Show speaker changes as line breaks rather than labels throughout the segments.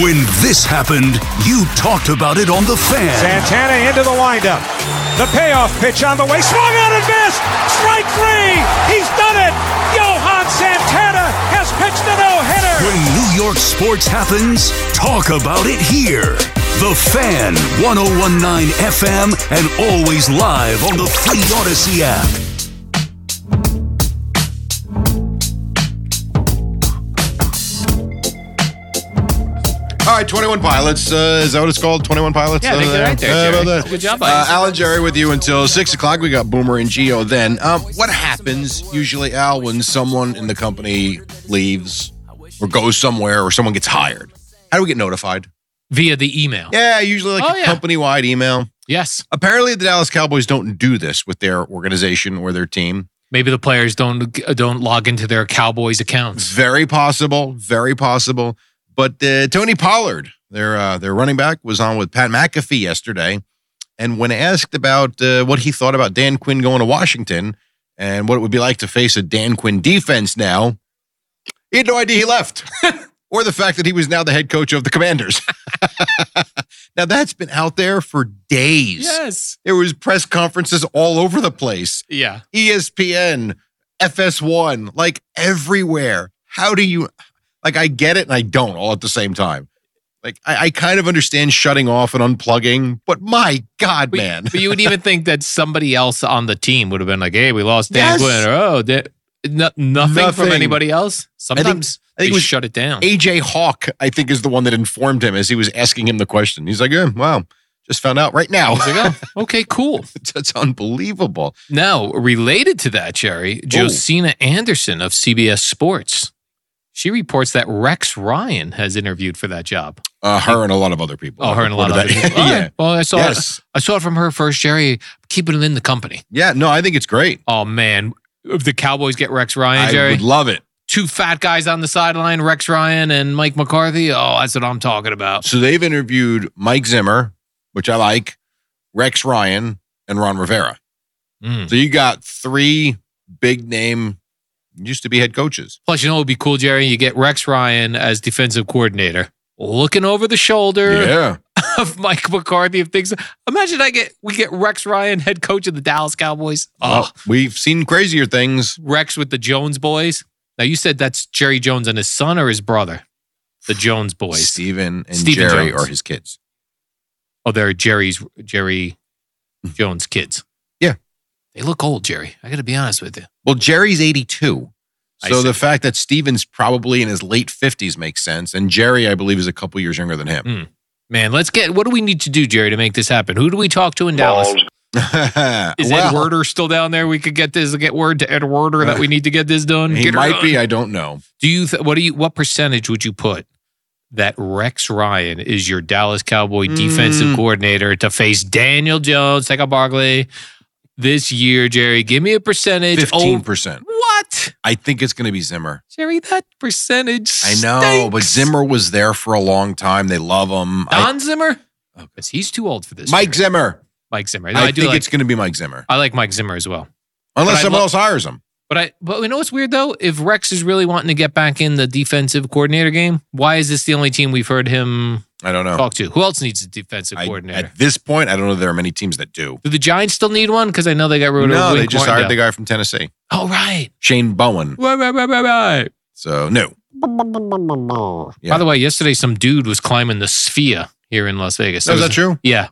When this happened, you talked about it on The Fan.
Santana into the windup. The payoff pitch on the way. Swung out and missed. Strike three. He's done it. Johan Santana has pitched a no-hitter.
When New York sports happens, talk about it here. The Fan, 1019 FM, and always live on the free Odyssey app.
All right, 21 Pilots. Uh, is that what it's called? 21 Pilots?
Yeah, I think
Uh,
you're right there,
uh,
Jerry.
about that.
Good job,
Uh,
Ice.
Alan Jerry with you until 6 o'clock. We got Boomer and Geo then. Um, what happens usually, Al, when someone in the company leaves or goes somewhere or someone gets hired? How do we get notified?
via the email.
Yeah, usually like
Oh,
a
yeah.
company wide email.
Yes.
Apparently, the Dallas Cowboys don't do this with their organization or their team.
Maybe the players don't don't log into their Cowboys accounts.
Very possible. Very possible. But uh, Tony Pollard, their uh, their running back, was on with Pat McAfee yesterday, and when asked about uh, what he thought about Dan Quinn going to Washington and what it would be like to face a Dan Quinn defense now, he had no idea he left, or the fact that he was now the head coach of the Commanders. now that's been out there for days.
Yes.
There was press conferences all over the place.
Yeah.
E ESPN, FS1, like everywhere. How do you like I get it and I don't all at the same time. Like I, I kind of understand shutting off and unplugging, but my God,
But,
man.
but you would even think that somebody else on the team would have been like, "Hey, we lost
Yes.
Dan Quinn." Or, oh, da- no- nothing, from
Nothing.
anybody else. Sometimes
I think it
they
was
shut it down.
AJ Hawk, I think, is the one that informed him as he was asking him the question. He's like, yeah, wow, just found out right now.
It's like, oh, okay, cool.
That's unbelievable.
Now, related to that, Jerry, Josina Anderson of CBS Sports, she reports that Rex Ryan has interviewed for that job.
Uh, her and a lot of other people.
Oh, her and a lot of
Reported
other
that.
people. All
yeah.
right. uh, Well, I saw
Yes.
it. I saw it from her first, Jerry. Keeping it in the company.
yeah, no, I think it's great.
Oh man, if the Cowboys get Rex Ryan,
I
Jerry,
would love it.
two fat guys on the sideline, Rex Ryan and Mike McCarthy. Oh, that's what I'm talking about.
So they've interviewed Mike Zimmer, which I like, Rex Ryan, and Ron Rivera.
Mm.
So you got three big name, used to be head coaches.
Plus, you know what would be cool, Jerry? You get Rex Ryan as defensive coordinator, looking over the shoulder of Mike McCarthy if things. Imagine I get we get Rex Ryan, head coach of the Dallas Cowboys. Oh,
Well, we've seen crazier things.
Rex with the Jones boys. Now you said that's Jerry Jones and his son or his brother, the Jones boys.
Steven and
Stephen
Jerry
Jones.
are his kids.
Oh, they're Jerry's Jerry Jones kids.
Hmm. Yeah.
they look old, Jerry. I got to be honest with you.
Well, Jerry's 82.
I
So
see.
the fact that Steven's probably in his late 50s makes sense. And Jerry, I believe, is a couple years younger than him.
Man, let's get. What do we need to do, Jerry, to make this happen? Who do we talk to in Dallas? Mm. Is Ed
well,
Werder still down there? We could get this. Get word to Ed Werder that we need to get this done.
he
Get her
might
done.
be. I don't know.
Do you? Th- what do you? What percentage would you put that Rex Ryan is your Dallas Cowboy
Hmm.
defensive coordinator to face Daniel Jones, Saquon Barkley this year, Jerry? Give me a percentage. Oh,
15%.
what,
I think it's going to be Zimmer.
Jerry? That percentage.
I know, but
stinks.
Zimmer was there for a long time. They love him. I-
Don Zimmer. Because Oh, he's too old for this.
Mike
Jerry.
Zimmer.
Mike Zimmer. No, I,
I,
do
think
like.
it's going to be Mike Zimmer,
I like Mike Zimmer as well. but
unless
I
someone
lo-
else hires him.
But I, but you know what's weird though? If Rex is really wanting to get back in the defensive coordinator game, why is this the only team we've heard him
I don't know.
talk to? Who else needs a defensive
Oh. I-
coordinator?
at this point, I don't know. There are many teams that do.
Do the Giants still need one? Because I know they got rid of.
No, they
Wink
just hired the
Martindale.
guy from Tennessee,
Oh right.
Shane Bowen.
Right, right, right, right, right.
So no, Yeah.
By the way, yesterday some dude was climbing the Sphere here in Las Vegas.
is
It
that
was-
true?
Yeah.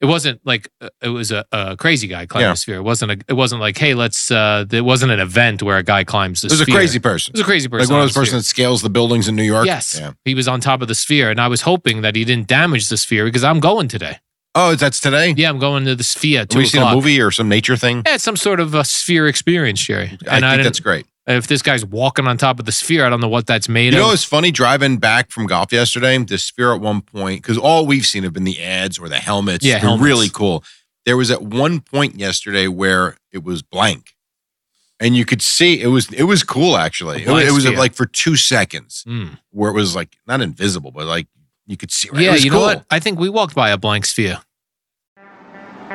It wasn't like uh, it was a, a crazy guy climbing
Yeah.
the sphere. It wasn't a, it wasn't like hey let's uh it wasn't an event where a guy climbs the
It was a
sphere.
crazy
it
person,
was a crazy person
like one
on
of those
the sphere.
persons that scales the buildings in New York.
Yes.
Yeah.
He was on top of the sphere, and I was hoping that he didn't damage the sphere because I'm going today.
Oh, that's today.
Yeah, I'm going to the sphere. at
Have we
two
seen a
o'clock.
movie or some nature thing?
Yeah, it's some sort of a sphere experience, Jerry.
I think
didn't-
that's great.
If this guy's walking on top of the sphere, I don't know what that's made
You know,
of.
it's funny driving back from golf yesterday. The sphere at one point, because all we've seen have been the ads or the helmets.
Yeah,
They're
helmets.
really cool. There was at one point yesterday where it was blank, and you could see it was it was cool actually. It was,
blank
it was
sphere.
like for two seconds
Mm.
where it was like not invisible, but like you could see. Right? It
Yeah,
was
you know
cool.
what? I think we walked by a blank sphere.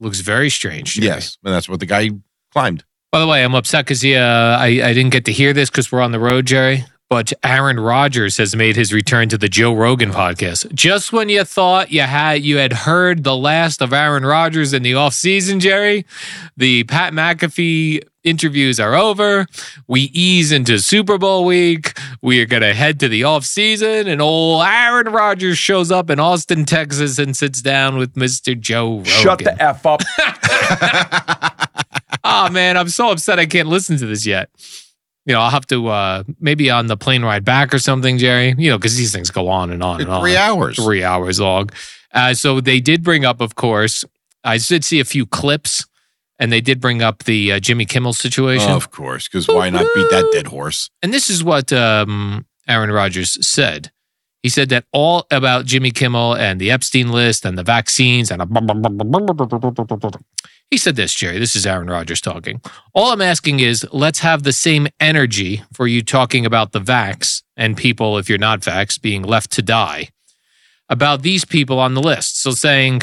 Looks very strange. Jerry.
Yes, and that's what the guy climbed.
By the way, I'm upset because uh, I, I didn't get to hear this because we're on the road, Jerry. But Aaron Rodgers has made his return to the Joe Rogan podcast. Just when you thought you had you had heard the last of Aaron Rodgers in the offseason, Jerry, the Pat McAfee interviews are over. We ease into Super Bowl week. We are going to head to the offseason, and old Aaron Rodgers shows up in Austin, Texas, and sits down with Mr. Joe Rogan.
Shut the F up.
oh man, I'm so upset I can't listen to this yet. You know, I'll have to uh maybe on the plane ride back or something, Jerry. You know, because these things go on and on and on.
Three hours.
Three hours long. Uh, so they did bring up, of course, I did see a few clips, and they did bring up the uh, Jimmy Kimmel situation.
Of course, because why not beat that dead horse?
And this is what um, Aaron Rodgers said. He said that all about Jimmy Kimmel and the Epstein list and the vaccines and a blah, blah, blah, blah, blah, blah, blah, blah, blah, blah, blah. he said this, Jerry. This is Aaron Rodgers talking. All I'm asking is let's have the same energy for you talking about the vax and people, if you're not vax, being left to die about these people on the list. So saying,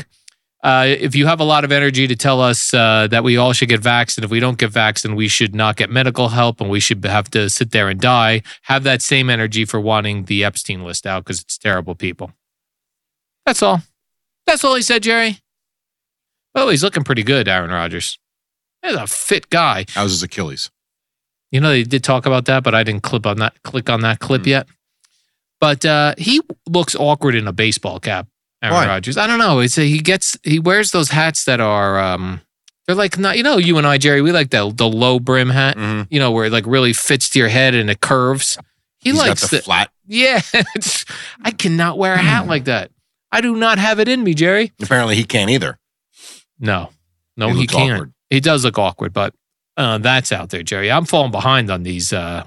uh, if you have a lot of energy to tell us uh, that we all should get vaxxed, and if we don't get vaxxed, then we should not get medical help and we should have to sit there and die, have that same energy for wanting the Epstein list out because it's terrible people. That's all. That's all he said, Jerry. Oh, he's looking pretty good, Aaron Rodgers. He's a fit guy.
How's his Achilles?
You know, they did talk about that, but I didn't clip on that click on that
Hmm.
clip yet. But uh, he looks awkward in a baseball cap, Aaron
Why?
Rodgers. I don't know. It's a, he gets he wears those hats that are um, they're like not you know you and I Jerry we like the the low brim hat
Mhm.
you know where it like really fits to your head and it curves. He
He's
likes
got the, Hmm.
the,
flat.
yeah. it's- I cannot wear a hat like that. I do not have it in me, Jerry.
Apparently, he can't either.
No, no,
He
he,
looks
can't.
awkward.
He does look awkward, but uh, that's out there, Jerry. I'm falling behind on these. Uh,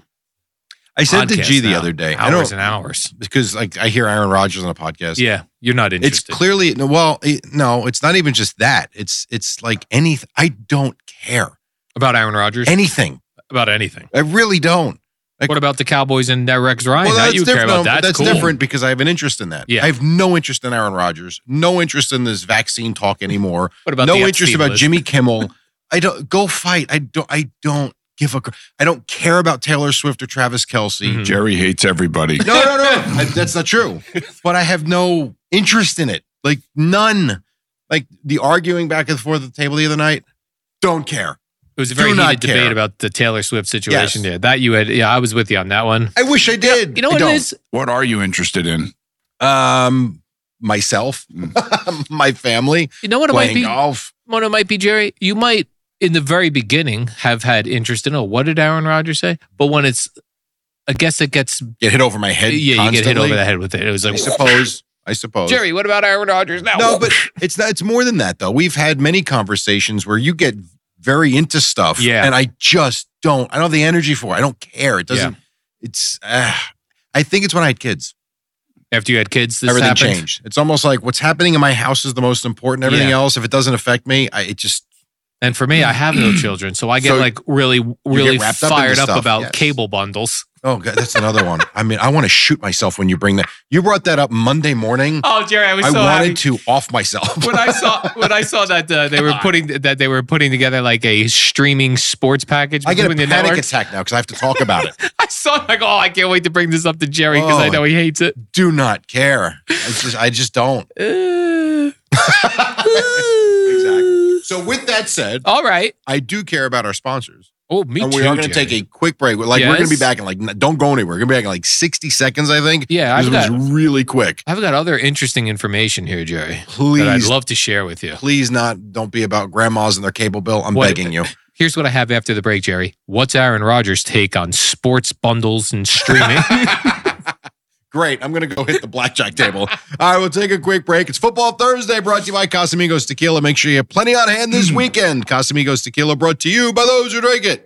I said to
podcasts
G the
now.
other day. I
hours
don't
and hours.
because like I hear Aaron Rodgers on a podcast.
Yeah, you're not
It's
interested.
clearly no. Well, it- no, it's not even just that. It's it's like anything. I don't care
about Aaron Rodgers,
anything.
about anything.
I really don't. Like-
what about the Cowboys and that Rex Ryan?
well,
That
that's
you care
different.
about.
no, but
That's,
that's
cool.
different because I have an interest in that.
Yeah.
I have no interest in Aaron Rodgers. No interest in this vaccine talk anymore.
What about
no
the
interest
Epstein
about
list?
Jimmy Kimmel. I don't go fight. I don't. I don't give a. cr- I don't care about Taylor Swift or Travis Kelsey.
Mhm.
Jerry hates everybody.
No, no, no. I- that's not true. But I have no interest in it. Like none. Like the arguing back and forth at the table the other night. Don't care.
It was a very
Do not
heated debate
care.
about the Taylor Swift situation.
Yes.
Yeah, that you had. Yeah, I was with you on that one.
I wish I did.
You know
I
what it
don't.
is?
What are you interested in?
Um, myself, my family,
You know what it might
playing
be.
golf.
what it might be, Jerry, you might in the very beginning have had interest in oh, what did Aaron Rodgers say? But when it's I guess it gets
Get hit over my head.
yeah, you get hit
constantly.
over the head with it. It was
I
like
suppose. I suppose.
Jerry, what about Aaron Rodgers now?
No, but it's not, it's more than that though. We've had many conversations where you get very into stuff,
Yeah.
and I just don't. I don't have the energy for. it. I don't care. It doesn't. It's. Uh, I think it's when I had kids.
after you had kids, this
everything
happened.
changed. It's almost like what's happening in my house is the most important. Everything
Yeah.
else, if it doesn't affect me, I, it just
And for me, I have no children, so I get
So
like really, really
wrapped up
fired
into
up,
stuff,
about
yes.
cable bundles.
Oh god, that's another one. I mean, I want to shoot myself when you bring that. You brought that up Monday morning.
Oh, Jerry, I was
I
so
wanted
happy.
to off myself.
when I saw when I saw that uh, they were putting that they were putting together like a streaming sports package
I get a
between the
panic
networks,
attack now because I have to talk about it.
I saw like, oh, I can't wait to bring this up to Jerry because I
Oh.
know he hates it.
Do not care. I just, I just don't.
Uh,
exactly. So with that said,
Mm. all right.
I do care about our sponsors.
Oh, me
and
too.
we are going to
Jerry.
take a quick break. Like we're going to be
Yes.
back in like n- don't go anywhere. We're going to be back in like sixty seconds, I think.
Yeah,
this
I've got,
was really quick.
I've got other interesting information here, Jerry, that I'd
Please,
love to share with you.
please not. Don't be about grandmas and their cable bill. I'm
What-
begging you.
Here's what I have after the break, Jerry. What's Aaron Rodgers' take on sports bundles and streaming?
Great. I'm going to go hit the blackjack table. All right, we'll take a quick break. It's Football Thursday brought to you by
Mm.
Casamigos Tequila. Make sure you have plenty on hand this weekend. Casamigos Tequila brought to you by those who drink it.